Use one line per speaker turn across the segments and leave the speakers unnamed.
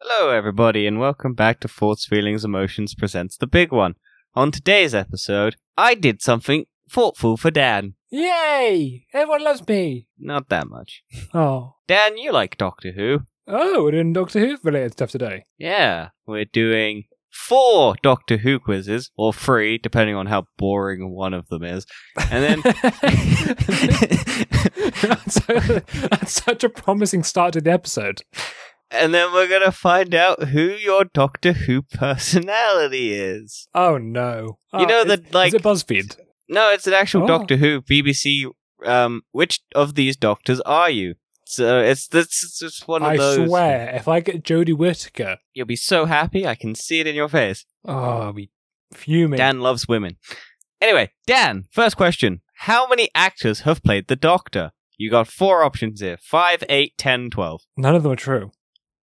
Hello, everybody, and welcome back to Thoughts, Feelings, Emotions Presents The Big One. On today's episode, I did something thoughtful for Dan.
Yay! Everyone loves me.
Not that much.
Oh.
Dan, you like Doctor Who?
Oh, we're doing Doctor Who related stuff today.
Yeah, we're doing four Doctor Who quizzes, or three, depending on how boring one of them is. And then.
that's, that's such a promising start to the episode.
and then we're gonna find out who your Doctor Who personality is.
Oh no.
You
Oh,
know
is-
the, like-
Is it BuzzFeed?
No, it's an actual
Oh.
Doctor Who BBC. Um, which of these doctors are you? So it's this is just one of
I
those.
swear, if I get Jodie Whittaker,
You'll be so happy. I can see it in your face.
oh, I'll be fuming.
Dan loves women. Anyway, Dan, first question: How many actors have played the Doctor? You got four options here: five, eight, ten, twelve.
None of them are true.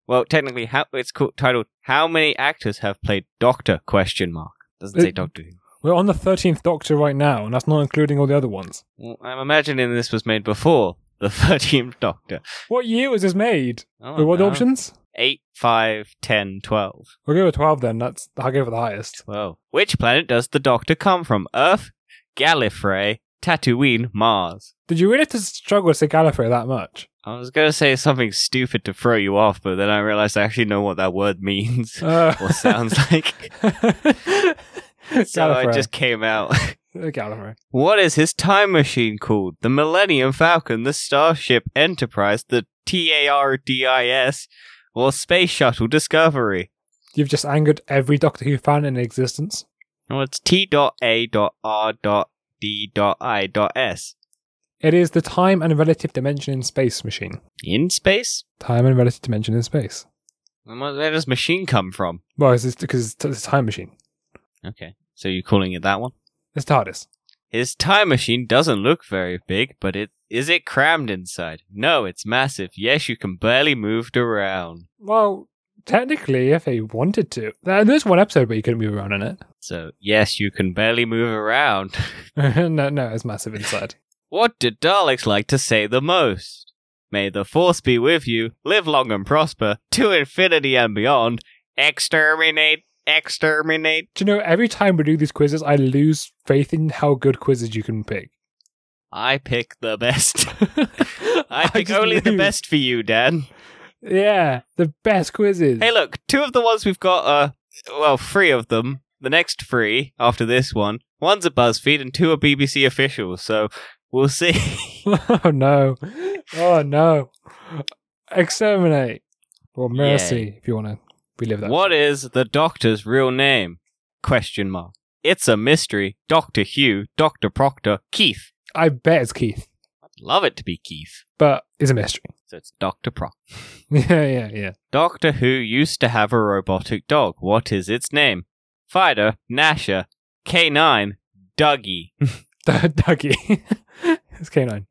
Well, technically, how it's called, titled "How many actors have played Doctor?" Question mark. Doesn't
Uh,
say Doctor Who.
We're on the 13th Doctor right now, and that's not including all the other ones.
Well, I'm imagining this was made before the 13th Doctor.
What year was this made?
Oh,
what are
no.
the options?
8, 5, 10, 12.
We'll go with 12 then. That's I'll go for the highest.
Well, which planet does the Doctor come from? Earth, Gallifrey, Tatooine, Mars.
Did you really have to struggle to say Gallifrey that much?
I was going to say something stupid to throw you off, but then I realized I actually know what that word means
Uh,
or sounds like. So I
Gallifrey.
just came out.
Uh, Gallifrey.
What is his time machine called? The Millennium Falcon, the Starship Enterprise, the TARDIS, or Space Shuttle Discovery?
You've just angered every Doctor Who fan in existence.
Well, it's T.A.R.D.I.S.
It is the time and relative dimension in space machine.
In space?
Time and relative dimension in space.
And what- Where does machine come from?
Well, it's just because it's, t- it's a time machine.
Okay, so you're calling it that one?
It's TARDIS.
His time machine doesn't look very big, but it is it crammed inside? No, it's massive. Yes, you can barely move around.
Well, technically, if they wanted to. There- There's one episode where you couldn't move around in it.
So yes, you can barely move around.
no, no, it's massive inside.
What do Daleks like to say the most? May the force be with you, live long and prosper, to infinity and beyond, exterminate, exterminate.
Do you know, every time we do these quizzes, I lose faith in how good quizzes you can pick.
I pick the best. I pick
just
only the
lose.
best for you, Dan.
Yeah, the best quizzes.
Hey, look, two of the ones we've got are, well, three of them. The next three after this one. One's a BuzzFeed and two are BBC officials, so we'll see.
oh no. Oh no. Exterminate. Or mercy, if you want to relive that.
what is the doctor's real name? Question mark. It's a mystery. Dr. Hugh, Dr. Proctor, Keith.
I bet it's Keith,
I'd love it to be Keith.
but it's a mystery.
So it's Dr. Proctor.
yeah, yeah, yeah.
Doctor Who used to have a robotic dog. What is its name? Fido, Nasher, K9, Dougie.
Dougie. it's K9.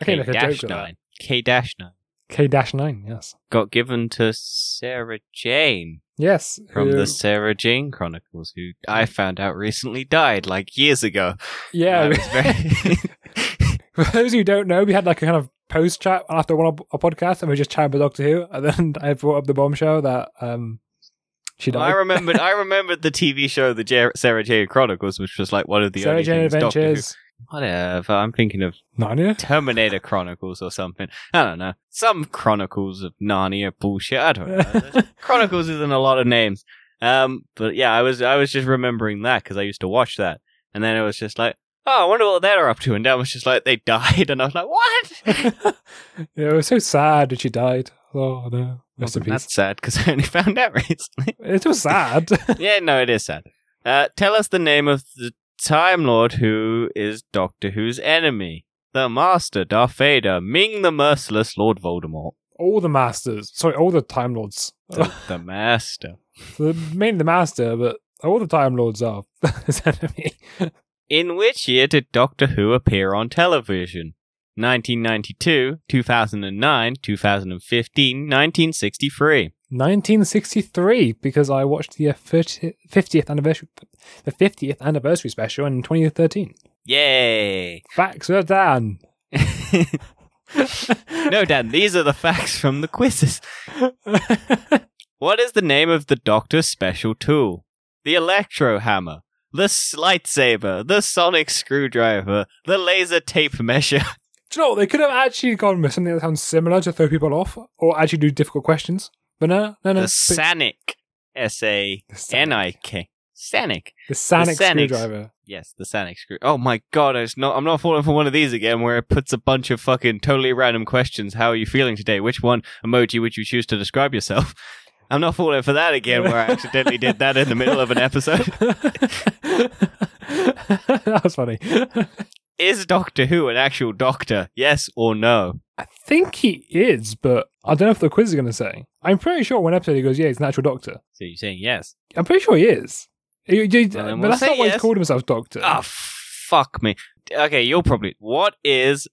I can't make a joke with that.
K-9. K-9.
K-9, yes.
got given to Sarah Jane
Yes. Um,
from
who-
the Sarah Jane Chronicles, who I found out recently died like years ago. I
Yeah.
was very-
For those who don't know, we had like a kind of post chat after one of our podcast and we were just chatting about Doctor Who. And then I brought up the bombshell that um, she died.
I remembered. I remembered the TV show, the Jer- Sarah Jane Chronicles, which was like one of the
Sarah
only
Jane
things Doctor Who-
Adventures.
Whatever. I'm thinking of
Narnia?
Terminator Chronicles or something. I don't know. Some Chronicles of Narnia bullshit. I don't know. Chronicles isn't a lot of names. Um, but yeah, I was I was just remembering that because I used to watch that, and then it was just like, oh, I wonder what they're up to, and Dan was just like, they died, and I was like, what?
yeah, it was so sad that she died. Oh no, rest in peace.
That's sad because I only found out recently.
It was sad.
yeah, no, it is sad. Uh, tell us the name of the Time Lord who is Doctor Who's enemy. The Master, Darth Vader, Ming the Merciless, Lord Voldemort.
all the masters, sorry, all the time lords.
The, the Master.
So mainly the master, but all the time lords are his enemy.
In which year did Doctor Who appear on television? 1992, 2009, 2015, 1963.
1963, because I watched the 30, 50th anniversary, the 50th anniversary special in 2013.
Yay!
Facts are done.
no, Dan, these are the facts from the quizzes. What is the name of the Doctor's special tool? The electro hammer, the lightsaber, the sonic screwdriver, the laser tape measure.
Do you know what? They could have actually gone with something that sounds similar to throw people off or actually do difficult questions. But no, no, no.
the
But-
Sanic. S A
the Sanic.
N I K. Sanic.
The Sanic
Sanic.
screwdriver.
Yes, the Sanic screw. Oh my god, I was not, I'm not falling for one of these again where it puts a bunch of fucking totally random questions. How are you feeling today? Which one emoji would you choose to describe yourself? I'm not falling for that again where I accidentally did that in the middle of an episode.
that was funny.
Is Doctor Who an actual doctor? Yes or no?
I think he is, but I don't know if the quiz is going to say. I'm pretty sure one episode he goes, "Yeah, he's an actual doctor."
So you're saying yes.
I'm pretty sure he is. He- he-
Well, then
but
we'll
that's
say
not why he's
yes.
called himself Doctor.
Ah, fuck me. Okay, you'll probably. What is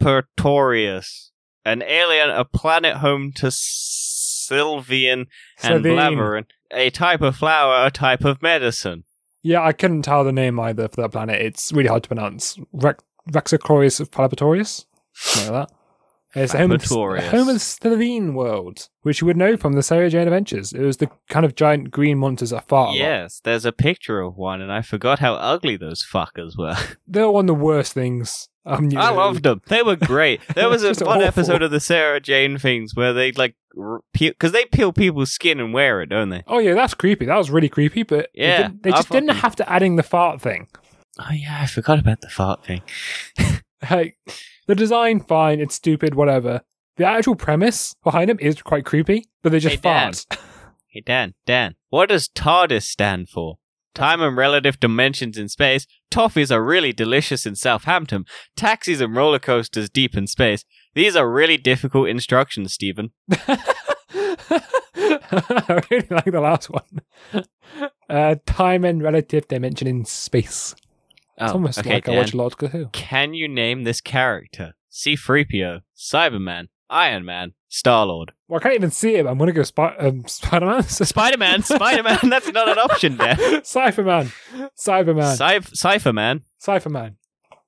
Raxacoricophalopertorius? An alien, a planet home to Sylvian and
Sabine.
Blavarin. A type of flower, a type of medicine.
Yeah, I couldn't tell the name either for that planet. It's really hard to pronounce. Rex- Rexacorius of Palapatorius? Something like that. It's the home of, the,
Palpatorius.
home of the Slovene world, which you would know from the Sarah Jane Adventures. It was the kind of giant green monsters that fart. a lot.
yes, there's a picture of one, and I forgot how ugly those fuckers were.
They were one of the worst things. Um, you
I
know.
loved them. They were great. There was a,
Just
one
awful.
episode of the Sarah Jane things where they like peel because they peel people's skin and wear it, don't they?
Oh, yeah, that's creepy. That was really creepy, but they
Yeah,
didn't- they,
I
just didn't
fucking-
have to add in the fart thing.
Oh yeah, I forgot about the fart thing.
Like, the design, fine, it's stupid, whatever. The actual premise behind them is quite creepy, but they just
Hey, Dan.
fart.
Hey Dan, Dan, what does TARDIS stand for? Time and relative dimensions in space. Toffees are really delicious in Southampton. Taxis and roller coasters deep in space. These are really difficult instructions, Stephen.
I really like the last one. Uh, time and relative dimension in space.
Oh,
It's almost
okay,
like
Dan.
I watch Lord Who.
Can you name this character? C-3PO, Cyberman, Iron Man, Star-Lord.
Well, I can't even see him. I'm going to go Spi- um, Spider Man.
Spider-Man, Spider-Man, that's not an option, Dan.
Cypherman. Cyberman.
Cy- Cypherman,
Cypherman.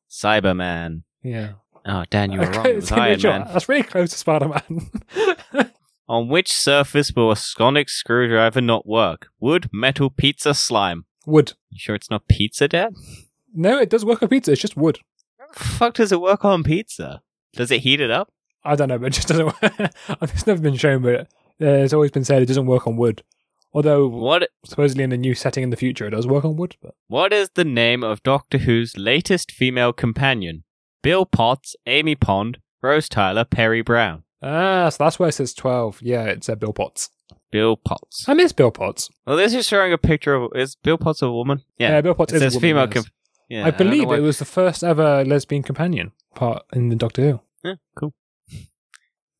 Cyberman.
Yeah.
Oh, Dan, you were wrong. It was
It's in the
Iron
shot.
Man.
That's really close to Spider Man.
On which surface will a sonic screwdriver not work? Wood, metal, pizza, slime.
wood.
You sure it's not pizza, Dad?
No, it does work on pizza. It's just wood.
How the fuck does it work on pizza? Does it heat it up?
I don't know, but it just doesn't work. it's never been shown, but it's always been said it doesn't work on wood. Although,
What
supposedly in a new setting in the future, it does work on wood. But
What is the name of Doctor Who's latest female companion? Bill Potts, Amy Pond, Rose Tyler, Perry Brown.
Ah, so that's where it says 12. Yeah, it's uh, Bill Potts.
Bill Potts.
I miss Bill Potts.
Well, this is showing a picture of is Bill Potts a woman?
Yeah,
Yeah.
Bill Potts
It
is a
says
woman,
female
yes.
comp- yeah
I
don't know
believe
why-
it was the first ever lesbian companion part in the Doctor Who.
Yeah, cool.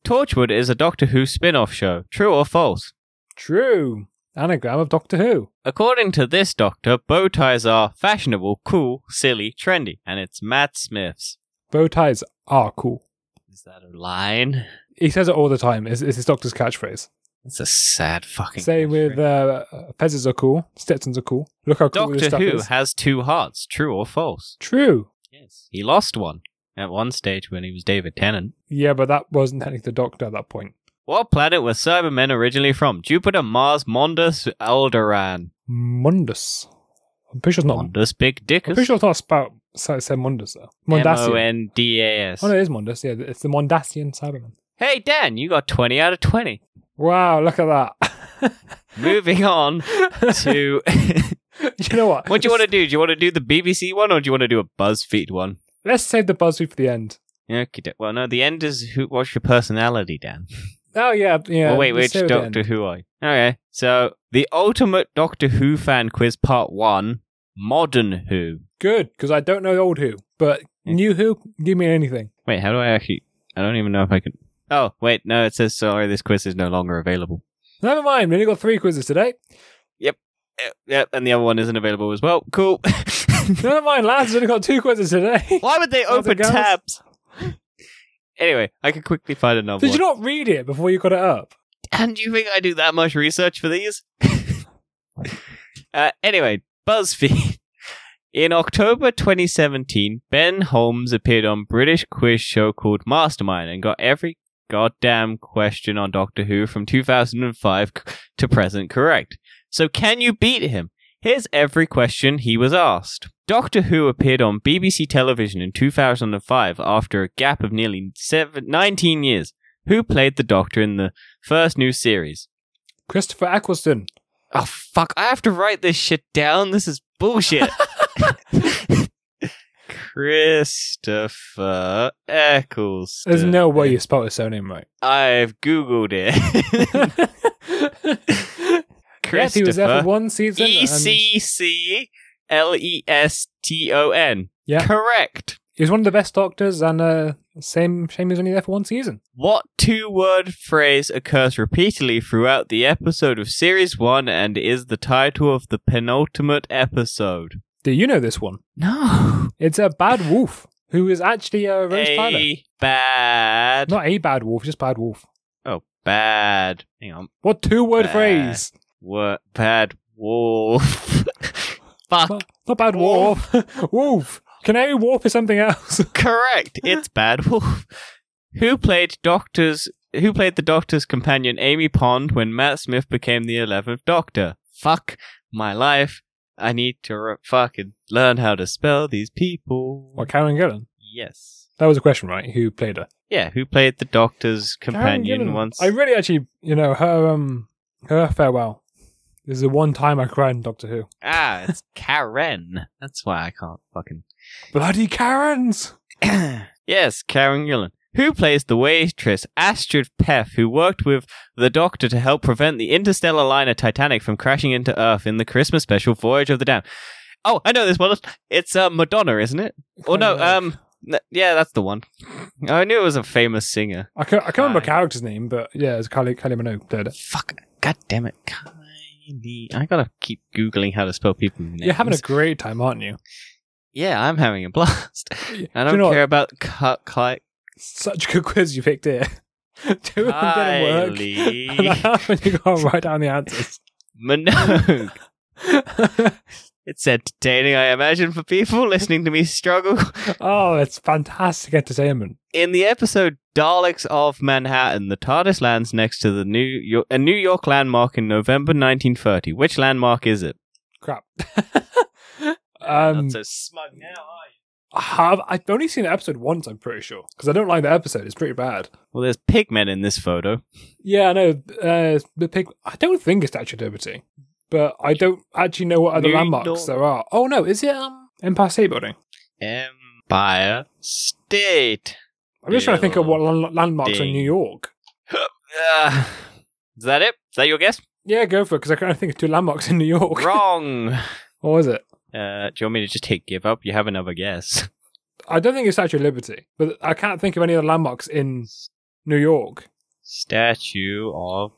Torchwood is a Doctor Who spin-off show. True or false?
True. Anagram of Doctor Who.
According to this doctor, bow ties are fashionable, cool, silly, trendy, and it's Matt Smith's.
Bow ties are cool.
Is that a line?
He says it all the time. It's, it's his doctor's catchphrase.
That's a sad fucking.
Same with uh, peasants are cool. Stetsons are cool. Look how cool this
Doctor
stuff
Who
is.
has two hearts. True or false?
True.
Yes. He lost one at one stage when he was David Tennant.
Yeah, but that wasn't technically the Doctor at that point.
What planet were Cybermen originally from? Jupiter, Mars, Mondus, Alderaan.
Mundus. I'm pretty sure it's not.
Mondus, Big
I'm pretty
Dickus.
sure it's not spout. So it said Mundus though.
M O
Mondasian.
N D A S.
Oh no, it is Mundus. Yeah, it's the Mondasian Cyberman.
Hey Dan, you got twenty out of twenty.
Wow, look at that.
Moving on to
you know what?
What do you want to do? Do you want to do the BBC one or do you want to do a BuzzFeed one?
Let's save the BuzzFeed for the end.
Okay. do- Well, no, the end is who? What's your personality, Dan?
Oh yeah, yeah.
well, wait,
let's
which
save it then.
Doctor Who are you? Okay, so the ultimate Doctor Who fan quiz part one, modern Who.
Good, because I don't know old Who, but new Who, give me anything.
Wait, how do I actually? I don't even know if I can. Oh, wait, no, it says sorry. This quiz is no longer available.
Never mind. We only got three quizzes today.
Yep, Eh, Yep, and the other one isn't available as well. Cool.
Never mind, lads. We only got two quizzes today.
Why would they
How's it
open
going?
tabs? Anyway, I could quickly find another one.
Did you not read it before you got it up?
And do you think I do that much research for these? uh, anyway, BuzzFeed. In October 2017, Ben Holmes appeared on British quiz show called Mastermind and got every goddamn question on Doctor Who from 2005 c- to present correct. So can you beat him? Here's every question he was asked. Doctor Who appeared on BBC television in 2005 after a gap of nearly seven, 19 years. Who played the Doctor in the first new series?
Christopher Eccleston.
Oh, fuck. I have to write this shit down. This is bullshit. Christopher Eccleston.
There's no way you spelled his surname right.
I've Googled it.
yes, he was there for
Christopher.
one season.
E
and
C C L E S T O N.
Yeah.
Correct.
He was one of the best doctors, and uh, same shame he was only there for one season.
What two word phrase occurs repeatedly throughout the episode of Series 1 and is the title of the penultimate episode?
Do you know this one?
No.
It's a bad wolf who is actually uh, Rose Tyler.
A bad.
Not a bad wolf, just bad wolf.
Oh, bad. Hang on.
What two word
Bad
phrase?
What bad wolf? Fuck.
Not, not bad wolf. wolf. Canary wolf is something else.
Correct. It's Bad Wolf. Who played Doctor's who played the Doctor's companion Amy Pond when Matt Smith became the eleventh Doctor? Fuck my life. I need to re- fucking learn how to spell these people.
What Karen Gillan?
Yes.
That was a question, right? Who played her?
Yeah, who played the Doctor's
Karen
companion
Gillan.
once?
I really actually, you know, her um, her farewell is the one time I cried in Doctor Who.
ah, it's Karen. That's why I can't fucking
Bloody Karens!
yes, Karen Gillan. Who plays the waitress Astrid Pef, who worked with the Doctor to help prevent the interstellar liner Titanic from crashing into Earth in the Christmas special Voyage of the Damned? Oh, I know this one. It's uh, Madonna, isn't it? Oh no, um, n- yeah, that's the one. I knew it was a famous singer.
I can't, I can't remember
Kai.
the character's name, but yeah, it's Kylie, Kylie Minogue played it.
Fuck, god damn it, Kylie. I gotta keep googling how to spell people. Names.
You're having a great time, aren't you?
yeah, I'm having a blast. I
Do you
don't
know what?
care about cut, cut.
Such a good quiz you picked here. Do it and get it work.
Kylie.
And that's when you gotta write down the answers.
Minogue. It's entertaining, I imagine, for people listening to me struggle.
oh, it's fantastic entertainment.
In the episode Daleks of Manhattan, the TARDIS lands next to the New York, a New York landmark in November 1930. Which landmark is it?
Crap. um,
Not so smug now, are you?
have I've only seen the episode once, I'm pretty sure, because I don't like the episode. It's pretty bad.
Well, there's pigmen in this photo.
Yeah, I know. Uh, the pig. I don't think it's Statue of Liberty, but I don't actually know what other
New
landmarks
York.
there are. Oh no, is it um Empire State Building?
Empire State.
I'm just trying to think of what lan- landmarks are in
Building.
New York.
Uh, is that it? Is that your guess?
Yeah, go for it because I can't think of two landmarks in New York.
Wrong.
What was it?
Uh, do you want me to just hit give up? You have another guess.
I don't think it's Statue of Liberty, but I can't think of any other landmarks in New York.
Statue of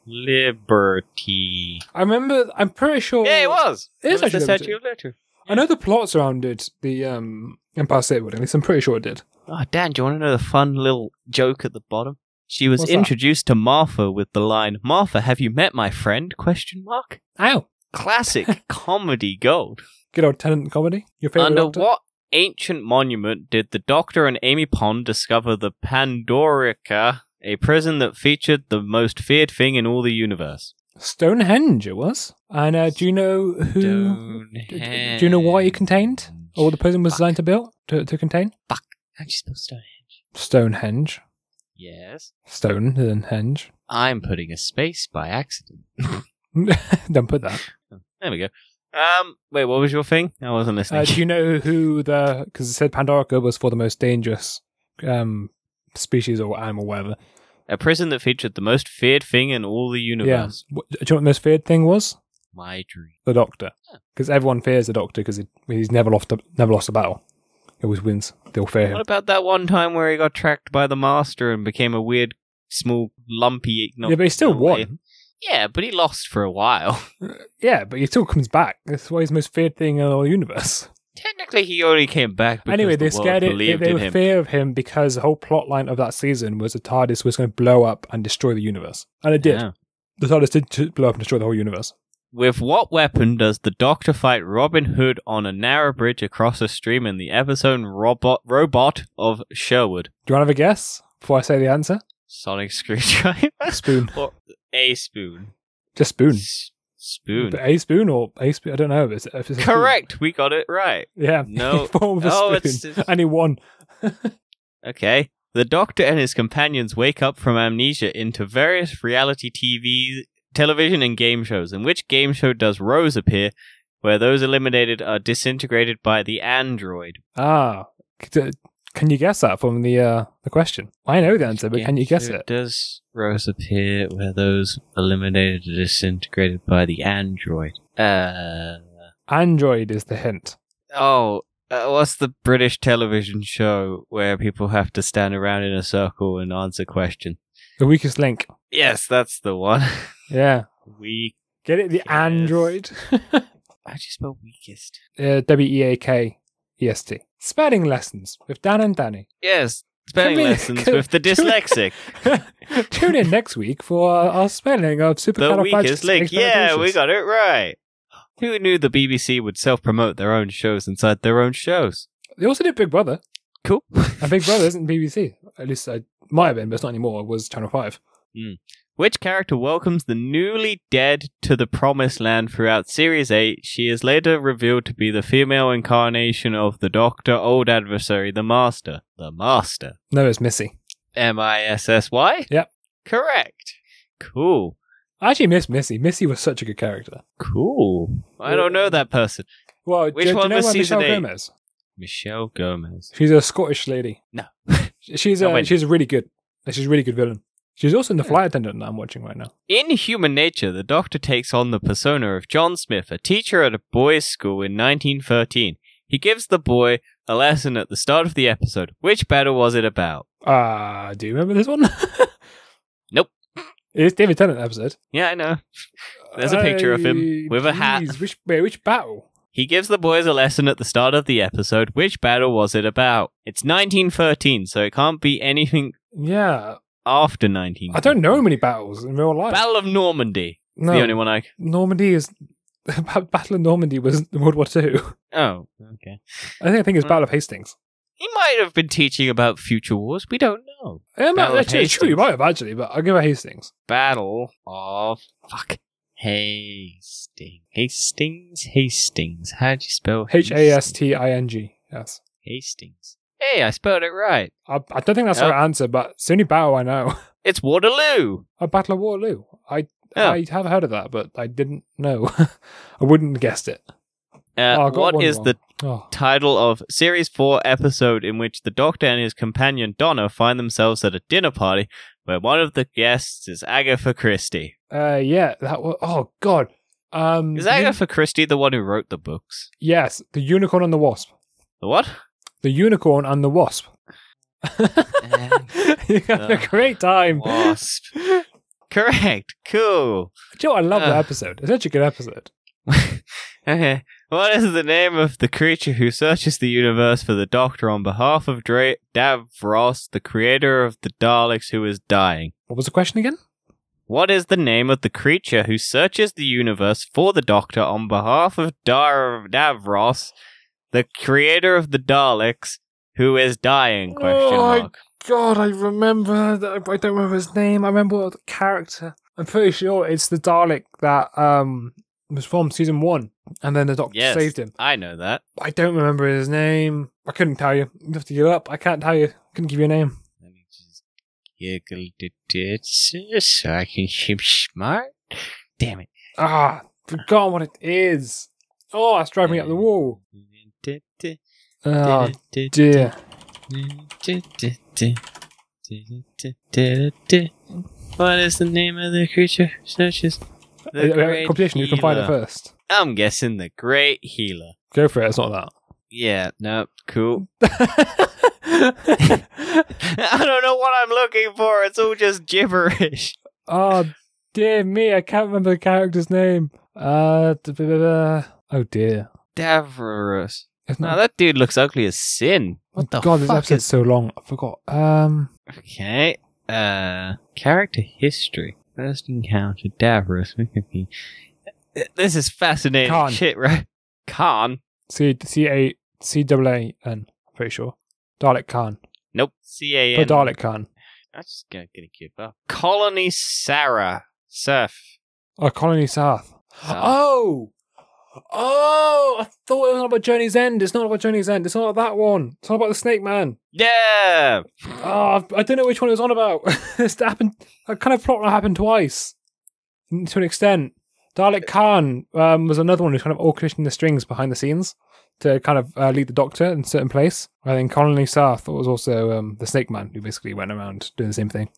Liberty.
I remember. I'm pretty sure.
Yeah, it was.
Oh. It is
was the
actually limited.
Statue of Liberty.
I know the plot surrounded the um Empire State Building. At least I'm pretty sure it did.
Oh, Dan, do you want to know the fun little joke at the bottom? She was
What's that?
introduced to Martha with the line, "Martha, have you met my friend?" Question mark.
Ow!
Classic comedy gold.
Good old tenant comedy. Your favorite
Under
doctor?
what ancient monument did the Doctor and Amy Pond discover the Pandorica, a prison that featured the most feared thing in all the universe?
Stonehenge it was. And uh, do you know who? Do, do- do you know what it contained? Or what the prison was
Fuck.
designed to build to, to contain?
How'd you spell Stonehenge?
Stonehenge.
Yes.
Stone and henge.
I'm putting a space by accident.
Don't put that.
There we go. Um, wait, what was your thing? I wasn't listening.
Uh, do you know who the? Because it said Pandorica was for the most dangerous um, species or animal, whatever.
a prison that featured the most feared thing in all the universe.
What, do you know what the most feared thing was?
My dream.
The Doctor, because everyone fears the Doctor because he's never lost a, never lost a battle. He always wins. They all fear him.
What about that one time where he got tracked by the master and became a weird, small, lumpy?
Yeah, but he still
no,
won.
Yeah, but he lost for a while.
Yeah, but he still comes back. That's why he's the most feared thing in the whole universe.
Technically, he only came back. Because
anyway,
the
they
world
scared it. They,
believed
they
in
were
him.
fear of him because the whole plot line of that season was the TARDIS was going to blow up and destroy the universe, and it did.
Yeah.
The TARDIS did t- blow up and destroy the whole universe.
With what weapon does the Doctor fight Robin Hood on a narrow bridge across a stream in the episode Robot Robot of Sherwood?
Do you want to have a guess before I say the answer?
Sonic screwdriver.
Spoon.
or a spoon.
Just spoon.
S- spoon.
A spoon or a spoon? I don't know. If it's, if it's a spoon.
Correct. We got it right.
Yeah.
No.
Form of a
Oh,
spoon.
it's just-
I need one.
Okay. The Doctor and his companions wake up from amnesia into various reality TV, television, and game shows. In which game show does Rose appear, where those eliminated are disintegrated by the android?
Ah. C- Can you guess that from the uh, the question? I know the answer, but can you guess
So
it?
Does Rose appear where those eliminated are disintegrated by the android? Uh.
Android is the hint.
Oh. Uh, what's the British television show where people have to stand around in a circle and answer questions?
The weakest link.
Yes, that's the one.
Yeah.
we.
Get it? The
Yes.
Android.
I just spell weakest.
uh, W E A K E S T. Spelling lessons with Dan and Danny.
Yes, spelling
Can we-
lessons
can-
with the dyslexic.
Tune in next week for our spelling of
the weakest link.
supercalifragilisticexpialidocious.
Yeah, we got it right. Who knew the BBC would self promote their own shows inside their own shows?
They also did Big Brother,
Cool.
and Big Brother isn't BBC. At least I might have been, but it's not anymore. It was Channel Five.
Which character welcomes the newly dead to the promised land throughout Series 8? She is later revealed to be the female incarnation of the Doctor, old adversary, the Master. The Master.
No, it's Missy.
M I S S Y?
Yep.
Correct. Cool.
I actually miss Missy. Missy was such a good character.
Cool. I don't know that person.
Well,
Which
do, do
one
you know
was
where
season
Michelle
eight?
Gomez?
Michelle Gomez.
She's a Scottish lady.
No.
she's
No,
a
wait.
she's really good. She's a really good villain. She's also in the flight attendant that I'm watching right now.
In Human Nature, the Doctor takes on the persona of John Smith, a teacher at a boys' school in 1913. He gives the boy a lesson at the start of the episode. Which battle was it about?
Ah, do you remember this one?
Nope.
It's David Tennant episode.
Yeah, I know. There's a picture of him
Ay,
with a hat.
jeez, Which wait, which battle?
He gives the boys a lesson at the start of the episode. Which battle was it about? It's 1913, so it can't be anything
Yeah,
after 19.
I don't know many battles in real life.
Battle of Normandy. It's
no,
The only one I.
Normandy is the Battle of Normandy was World War Two.
Oh, okay.
I think I think it's
Hmm.
Battle of Hastings.
He might have been teaching about future wars. We don't know.
Um,
Battle of
actually, it's true, you
Hastings.
might have actually, but I'll give it Hastings.
Battle of fuck Hastings. Hastings. Hastings. How do you spell
H A S T I N G. Yes.
Hastings? Hey, I spelled it right.
I, I don't think that's the
Yep.
right answer, but it's the only battle I know.
It's Waterloo.
A Battle of Waterloo. I
Oh.
I have heard of that, but I didn't know. I wouldn't have guessed it.
Uh,
Oh, I got
what
one
is
wrong.
the
Oh.
title of series four episode in which the Doctor and his companion Donna find themselves at a dinner party where one of the guests is Agatha Christie?
Uh, yeah, that was. Oh God. Um,
Is
the uni-
Agatha Christie the one who wrote the books?
yes, the unicorn and the wasp.
The what?
The unicorn and the wasp. you had a
the
great time.
Wasp.
Do you
Correct. Cool.
know what? I love that
Uh.
episode. It's such a good episode.
okay. What is the name of the creature who searches the universe for the Doctor on behalf of Dra- Davros, the creator of the Daleks who is dying?
What was the question again?
What is the name of the creature who searches the universe for the Doctor on behalf of Dar- Davros, the creator of the Daleks who is dying? Question
Oh, I-
mark.
God, I remember. that- I don't remember his name. I remember the character. I'm pretty sure it's the Dalek that um was from season one, and then the Doctor
Yes.
saved him.
I know that.
I don't remember his name. I couldn't tell you. You have to give up. I can't tell you. Couldn't give you a name.
Let me just giggle the ditch so I can keep smart. Damn it.
Ah, forgot what it is. Oh, that's driving me
Mm.
up the wall. Oh dear.
What is the name of the creature? Searches.
Uh, uh, competition. You can find it first.
I'm guessing the Great Healer.
Go for it. It's not
Yeah, no, cool.
that.
I don't know what I'm looking for. It's all just gibberish.
oh dear me! I can't remember the character's name. Uh. da- da- da- da. Oh dear.
Davros.
It's
No,
not.
that dude looks ugly as sin. What the
Oh God, this
fuck
episode's
is...
so long. I forgot. Um.
Okay. Uh, character history. First encounter Davros. Wikipedia. This is fascinating
Khan.
shit, right? Khan.
C C A C double A N. Pretty sure. Dalek Khan.
Nope. C A
Put
N.
Dalek Khan.
I'm just gonna, gonna give up. Colony Sarah. Seth.
Oh, Colony South. Oh! Oh! I thought it was about Journey's End. It's not about Journey's End. It's not that one. It's not about the Snake Man.
Yeah.
Oh, I don't know which one it was on about. this happened. That kind of plot happened twice, to an extent. Dalek Khan um, was another one who's kind of orchestrating the strings behind the scenes to kind of uh, lead the Doctor in a certain place. I think Colony South was also um, the Snake Man who basically went around doing the same thing.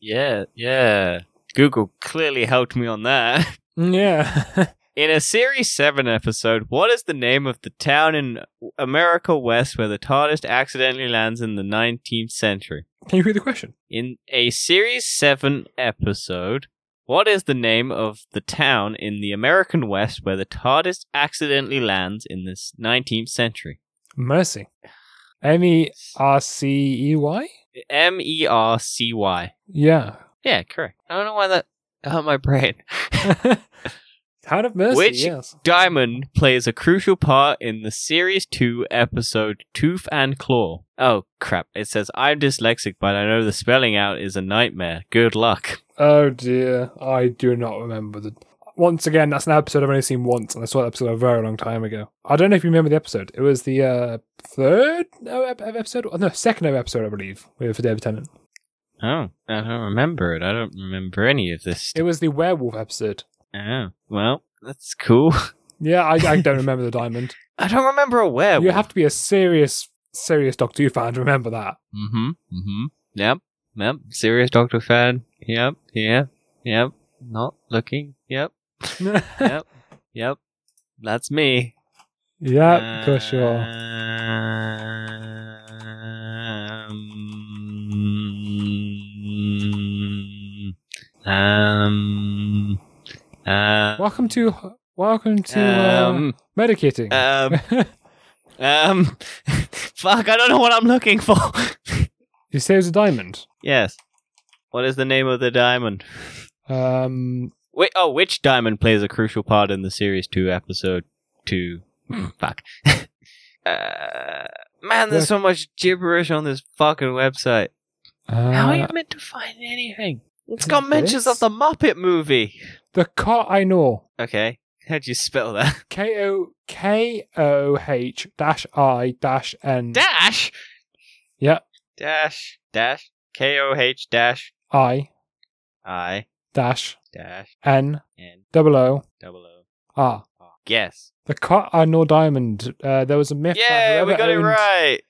Yeah. Yeah. Google clearly helped me on that.
Mm, Yeah.
In a Series 7 episode, what is the name of the town in America West where the TARDIS accidentally lands in the 19th century?
Can you read the question?
In a Series 7 episode, what is the name of the town in the American West where the TARDIS accidentally lands in this 19th century?
Mercy. M E R C E Y?
M E R C Y.
Yeah.
Yeah, correct. I don't know why that hurt my brain.
Town of Mercy,
Which-
yes.
Diamond plays a crucial part in the series 2 episode Tooth and Claw. Oh crap, it says I'm dyslexic but I know the spelling out is a nightmare. Good luck.
Oh dear. I do not remember the. Once again, that's an episode I've only seen once, and I saw that episode a very long time ago. I don't know if you remember the episode. It was the uh, third no, ep- ep- episode? No, second episode, I believe, with David Tennant.
Oh, I don't remember it. I don't remember any of this.
It was the werewolf episode.
Oh, well, that's cool.
Yeah, I, I don't remember the diamond.
I don't remember a werewolf.
You have to be a serious, serious Doctor Who fan to remember that.
Mm-hmm. Mm-hmm. Yep. Yep. Serious Doctor fan. Yep. Yeah. Yep. Not looking. Yep. yep. Yep. That's me.
yeah,
Uh,
for sure.
Um, um, uh,
Welcome to welcome to
um,
uh, medicating.
um, um, fuck, I don't know what I'm looking for.
you say it was a diamond.
yes. What is the name of the diamond?
Um,
Wait, oh, which diamond plays a crucial part in the series two episode two? Hmm, Fuck. uh, man, there's so much gibberish on this fucking website. How are
uh,
you meant to find anything? It's
is
got
it
mentions of
this?
the Muppet movie.
the cot I know.
Okay, how'd you spell that?
K O K O H dash I dash N
Dash.
Yep.
Dash dash K O H dash
I
I
dash
dash
N
N
double O
double O.
R.
R. Yes.
The cot I know diamond. Uh, there was a myth. that
Yeah,
whoever
we got it
owned-
right.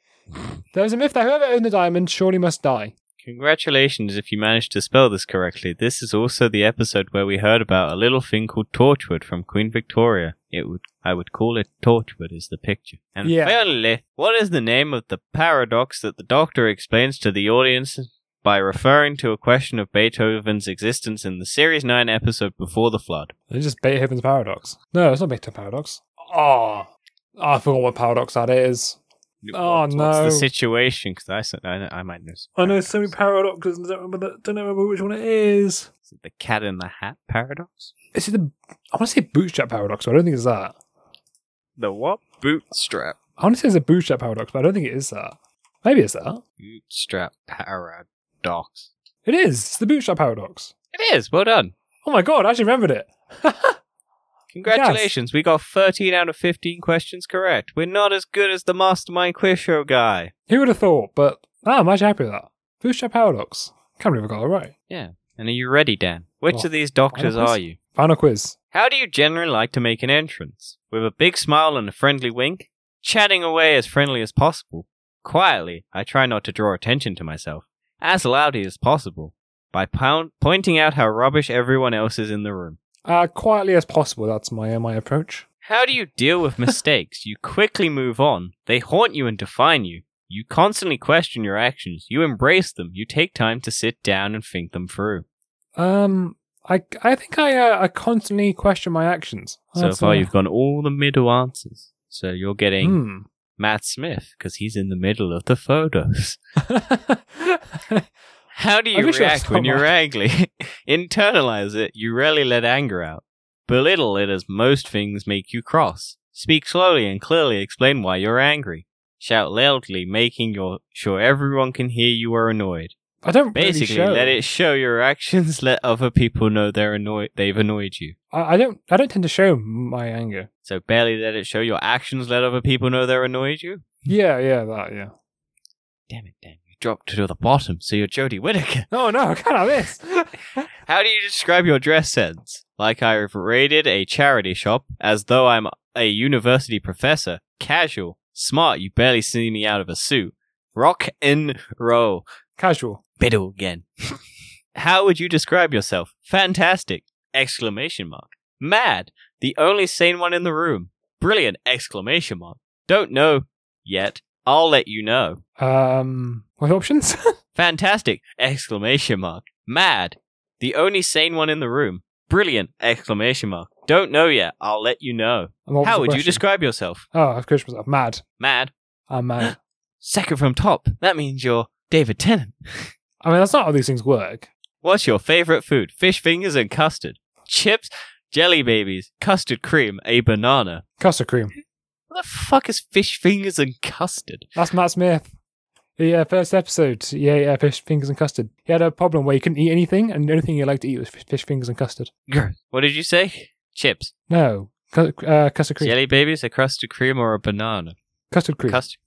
There was a myth that whoever owned the diamond surely must die.
Congratulations if you managed to spell this correctly. This is also the episode where we heard about a little thing called Torchwood from Queen Victoria. It would I would call it Torchwood is the picture. And
Yeah.
finally, what is the name of the paradox that the doctor explains to the audience by referring to a question of Beethoven's existence in the series 9 episode before the flood?
It's just Beethoven's paradox. No, it's not Beethoven's paradox. Oh, I forgot what paradox that is. Oh,
What- What's
no.
the situation cuz I, said- I I might know. some
I know so many
paradoxes.
paradoxes. and Don't remember that. Don't remember which one it is.
Is it the cat in the hat paradox?
Is it the? I want to say bootstrap paradox, but I don't think it's that.
The what? Bootstrap.
I want to say it's a bootstrap paradox, but I don't think it is that. Maybe it's that.
Bootstrap paradox.
It is. It's the bootstrap paradox.
It is. Well done.
Oh my god, I actually remembered it.
Congratulations. We got 13 out of 15 questions correct. We're not as good as the Mastermind Quiz Show guy.
Who would have thought? But ah, I'm actually happy with that. Bootstrap paradox. Can't believe I got it right.
And are you ready, Dan? Which
Oh,
of these doctors
final quiz?
are you?
Final quiz.
How do you generally like to make an entrance? With a big smile and a friendly wink? Chatting away as friendly as possible? Quietly, I try not to draw attention to myself. As loudly as possible? By pound- pointing out how rubbish everyone else is in the room.
Uh, quietly as possible. That's my uh, my approach.
How do you deal with mistakes? you quickly move on. They haunt you and define you. You constantly question your actions. You embrace them. You take time to sit down and think them through.
Um, I I think I uh, I constantly question my actions.
So
That's,
far,
uh,
you've gone all the middle answers. So you're getting
hmm.
Matt Smith because he's in the middle of the photos. How do
I
you
wish I
react
saw
when you're
mine.
angry? Internalize it. You rarely let anger out. Belittle it as most things make you cross. Speak slowly and clearly explain why you're angry. Shout loudly, making your, sure everyone can hear you are annoyed.
I don't
Basically,
really show.
let it show your actions. Let other people know they're annoyed. They've annoyed you.
I, I don't. I don't tend to show my anger.
So barely let it show your actions. Let other people know they're annoyed you.
Yeah, yeah, that, yeah.
Damn it, Dan! You dropped to the bottom. So you're Jodie Whittaker.
Oh no, I can't have this.
How do you describe your dress sense? Like I have raided a charity shop, as though I'm a university professor. Casual, smart. You barely see me out of a suit. Rock and roll.
Casual.
Biddle again. How would you describe yourself? Fantastic! Exclamation mark. Mad! The only sane one in the room. Brilliant! Exclamation mark. Don't know yet. I'll let you know.
Um, what options?
Fantastic! Exclamation mark. Mad! The only sane one in the room. Brilliant! Exclamation mark. Don't know yet. I'll let you know.
And what was
How
the
would you
question?
describe yourself?
Oh, I've coached myself. Mad.
Mad.
I'm mad.
Second from top. That means you're David Tennant.
I mean, that's not how these things work.
What's your favorite food? Fish fingers and custard. Chips, jelly babies, custard cream, a banana.
Custard cream.
What the fuck is fish fingers and custard?
That's Matt Smith. Yeah, first episode. Yeah, yeah, fish fingers and custard. He had a problem where he couldn't eat anything, and the only thing he liked to eat was fish, fish fingers and custard.
Grr. What did you say? Chips,
No, cu- uh, custard cream.
jelly babies, a custard cream, or a banana?
Custard cream.
Custard.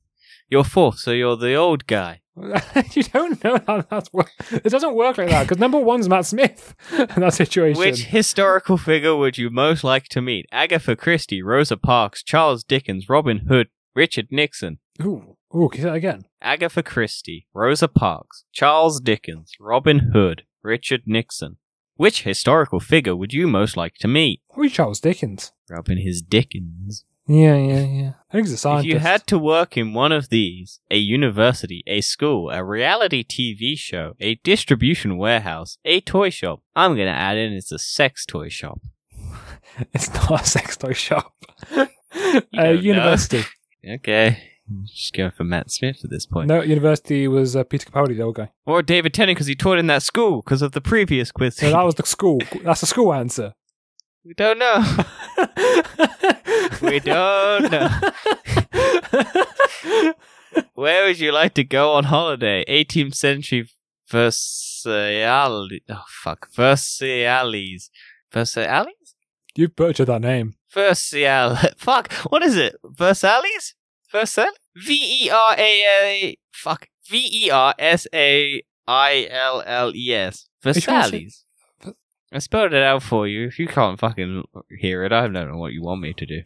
You're fourth, so you're the old guy.
you don't know how that's work. It doesn't work like that because number one's Matt Smith in that situation.
Which historical figure would you most like to meet? Agatha Christie, Rosa Parks, Charles Dickens, Robin Hood, Richard Nixon.
Ooh, ooh, can you say that again?
Agatha Christie, Rosa Parks, Charles Dickens, Robin Hood, Richard Nixon. Which historical figure would you most like to meet?
Who is Charles Dickens?
Robin his Dickens.
Yeah, yeah, yeah. I think he's a scientist.
If you had to work in one of these, a university, a school, a reality TV show, a distribution warehouse, a toy shop, I'm gonna add in it's a sex toy shop.
It's not a sex toy shop.
don't
uh,
know.
university.
Okay. Just going for Matt Smith at this point.
No, university was uh, Peter Capaldi, the old guy.
Or David Tennant because he taught in that school because of the previous quiz.
So that was the school. That's the school answer.
we don't know. we don't know. Where would you like to go on holiday? 18th century Versailles. Oh, fuck. Versailles. Versailles?
you butchered that name.
Versailles. Fuck. What is it? Versailles? Versailles? V E R A A. Fuck. V E R S A I L L E S.
you trying to say-
Versailles. I spelled it out for you. If you can't fucking hear it, I don't know what you want me to do.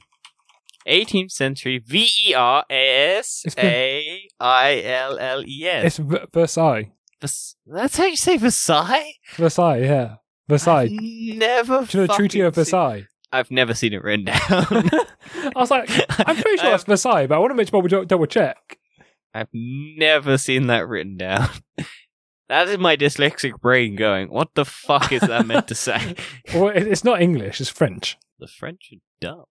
18th century V E R A S
It's been-
A I L L E S.
It's v- Versailles.
Vers- That's how you say Versailles?
Versailles, yeah. Versailles.
Never.
Do you know the Treaty
fucking
of
seen-
Versailles?
I've never seen it written down.
I was like, I'm pretty sure
I-
that's Versailles, but I want to make sure we do- double check.
I've never seen that written down. That is my dyslexic brain going, what the fuck is that meant to say?
Well, it- it's not English, it's French.
The French are dumb.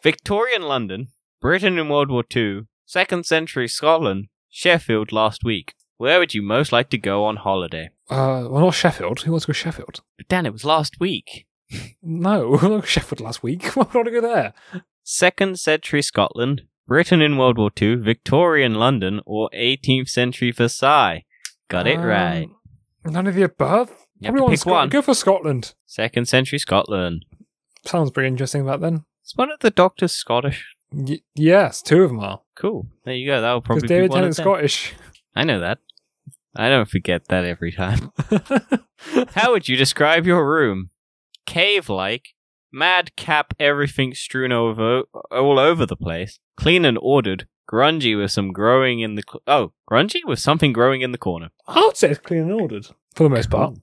Victorian London, Britain in World War Two, second century Scotland, Sheffield last week. Where would you most like to go on holiday?
Uh, well, not Sheffield. Who wants to go to Sheffield?
But Dan, it was last week.
No, we went to Sheffield last week. Why would I want to go there?
Second century Scotland, Britain in World War Two, Victorian London, or 18th century Versailles. Got it
Um,
right.
None of the above.
You have
Probably
to
want
pick
Scotland.
one.
Go for Scotland.
Second century Scotland.
Sounds pretty interesting. That then.
Is one of the doctors Scottish?
Y- yes, two of them are.
Cool. There you go. That'll
Because
probably be
David
one of
Tennant's
them.
Scottish.
I know that. I don't forget that every time. How would you describe your room? Cave-like, madcap, everything strewn over all over the place, clean and ordered, grungy with some growing in the cl- oh, grungy with something growing in the corner.
I would say it's clean and ordered for the most part.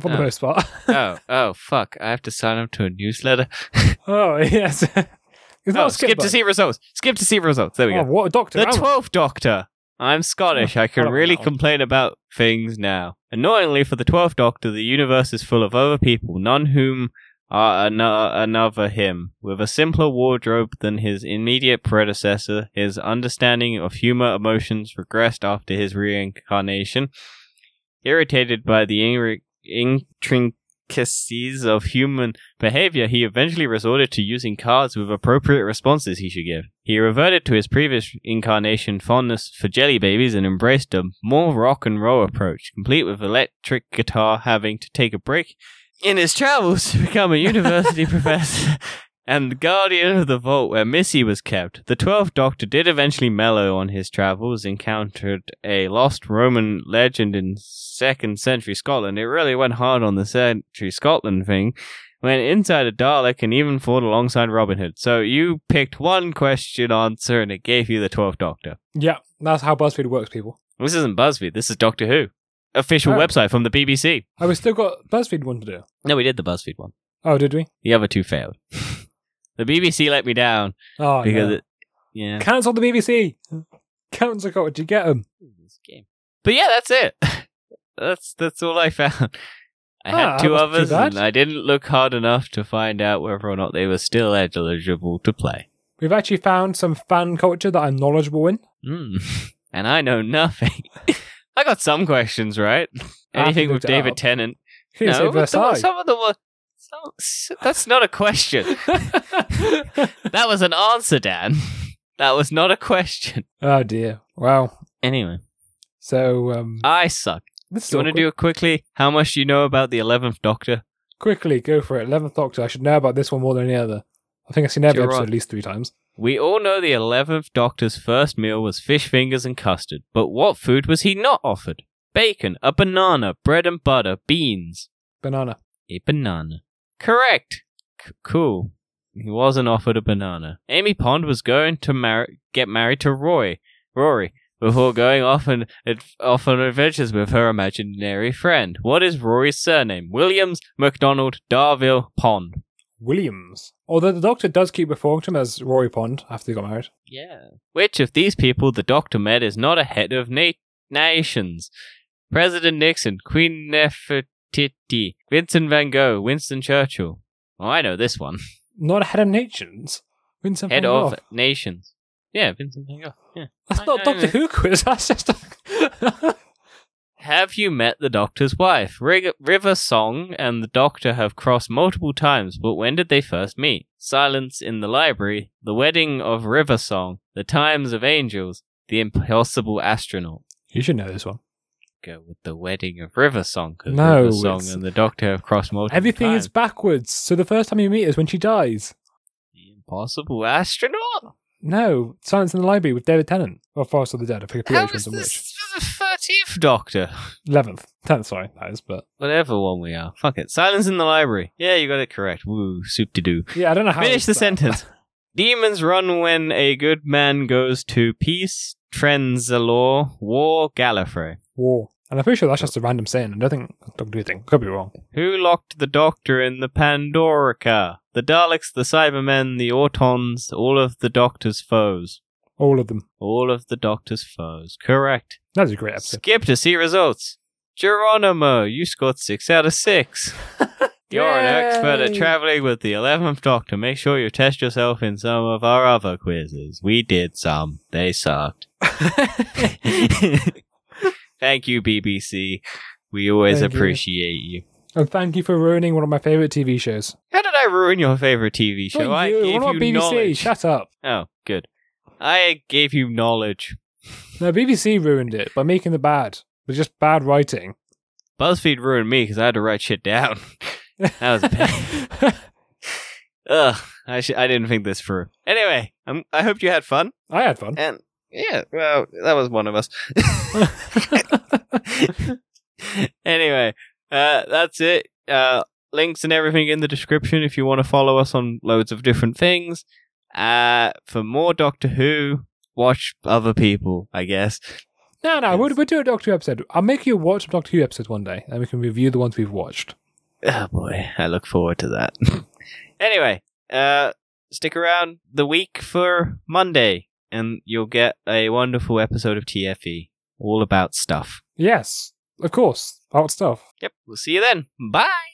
For
Oh.
the most part.
oh, oh, fuck! I have to sign up to a newsletter.
oh yes. it's
Oh,
not
skip to
button.
see results. Skip to see results. There we
Oh,
go.
what a doctor!
The
am I?
Twelfth Doctor. Oh, I'm Scottish. I
I
can
don't
really
know.
complain about things now. Annoyingly, for the Twelfth Doctor, the universe is full of other people, none whom are an- another him, with a simpler wardrobe than his immediate predecessor. His understanding of humor emotions regressed after his reincarnation. Irritated by the in- intrinc- intricacies of human behavior, he eventually resorted to using cards with appropriate responses he should give. He reverted to his previous incarnation fondness for jelly babies and embraced a more rock and roll approach, complete with electric guitar having to take a break in his travels to become a university professor and the guardian of the vault where Missy was kept. The Twelfth Doctor did eventually mellow on his travels, encountered a lost Roman legend in second century Scotland. It really went hard on the century Scotland thing. Went inside a Dalek and even fought alongside Robin Hood. So you picked one question answer and it gave you the Twelfth Doctor.
Yeah, that's how BuzzFeed works, people.
This isn't BuzzFeed, this is Doctor Who. Official
Oh.
website from the BBC.
Oh, we still got BuzzFeed one to do.
No, we did the BuzzFeed one.
Oh, did we?
The other two failed. the BBC let me down
Oh,
because
no.
it. Yeah.
cancel the BBC. Cancel culture. Get them.
this game. But yeah, that's it. that's that's all I found. I
Ah,
had
that
two
wasn't too
others,
bad.
and I didn't look hard enough to find out whether or not they were still eligible to play.
We've actually found some fan culture that I'm knowledgeable in.
Mm. And I know nothing. I got some questions right. Anything with
looked it
David
up.
Tennant?
Can you say
no, but the-
Versailles?
some of the wo- some, s- that's not a question. that was an answer, Dan. That was not a question.
oh dear. Wow.
Anyway,
So um,
I suck.
this
Uh,
is
Do you want to
awkward.
do it quickly? How much do you know about the Eleventh Doctor?
quickly go for it. Eleventh Doctor. I should know about this one more than any other. I think I've seen every
You're
episode
right.
at least three times.
We all know the 11th Doctor's first meal was fish fingers and custard, but what food was he not offered? Bacon, a banana, bread and butter, beans.
Banana.
A banana. Correct. C- cool. He wasn't offered a banana. Amy Pond was going to mar- get married to Roy, Rory, before going off and ad- off on adventures with her imaginary friend. What is Rory's surname? Williams, MacDonald, Darville, Pond.
Williams. Although the Doctor does keep referring to him as Rory Pond after he got married.
Yeah. Which of these people the Doctor met is not a head of na- nations? President Nixon, Queen Nefertiti, Vincent van Gogh, Winston Churchill. Oh, I know this one.
Not a head of nations. Vincent
head
van
of
Gogh.
nations. Yeah, Vincent van Gogh. Yeah.
That's
I
not
know
Doctor
that.
Who quiz. That's just. A...
Have you met the Doctor's wife? Rig- River Song and the Doctor have crossed multiple times, but when did they first meet? Silence in the Library, The Wedding of River Song, The Times of Angels, The Impossible Astronaut.
you should know this one.
go with the wedding of River Song because
No,
River Song
it's-
and the Doctor have crossed multiple
Everything
times.
is backwards. So the first time you meet is when she dies.
the impossible astronaut.
No, Silence in the Library with David Tennant. Or Forest of the Dead. I forget
How
which one's
is
on which.
this for the thirteenth Doctor?
Eleventh, tenth. Sorry, that is. But
Whatever one we are, fuck it. Silence in the library. Yeah, you got it correct. Woo, soup to do.
yeah, I don't know how.
Finish the
it's-
sentence. Demons run when a good man goes to peace. Trenzalore, war, Gallifrey.
War. And I'm pretty sure that's just a random saying. I don't think Doctor Who thing. Could be wrong.
Who locked the Doctor in the Pandorica? The Daleks, the Cybermen, the Autons, all of the Doctor's foes.
All of them.
All of the Doctor's foes. Correct.
That was a great episode.
Skip to see results. Geronimo, you scored six out of six. You're an expert at
Yay.
traveling with the 11th Doctor. Make sure you test yourself in some of our other quizzes. We did some. They sucked. Thank you, BBC. We always
Thank you.
appreciate you.
And thank you for ruining one of my favorite TV shows.
How did I ruin your favorite TV show?
Not
I
you,
gave
we're not
you
BBC.
knowledge.
Shut up.
Oh, good. I gave you knowledge.
No, BBC ruined it by making the bad. But just bad writing.
BuzzFeed ruined me because I had to write shit down. that was bad.
I
Ugh, I sh- I didn't think this through. Anyway, i I hope you had fun.
had fun.
And yeah, well, that was one of us. anyway, uh, that's it. Uh, links and everything in the description if you want to follow us on loads of different things. Uh, for more Doctor Who, watch other people, I guess.
No, no,
Yes.
we'll, we'll do a Doctor Who episode. I'll make you watch a Doctor Who episode one day, and we can review the ones we've watched.
Oh boy, I look forward to that. anyway, uh, stick around the week for Monday, and you'll get a wonderful episode of TFE, all about stuff.
Yes, of course. Out stuff.
Yep, we'll see you then. Bye.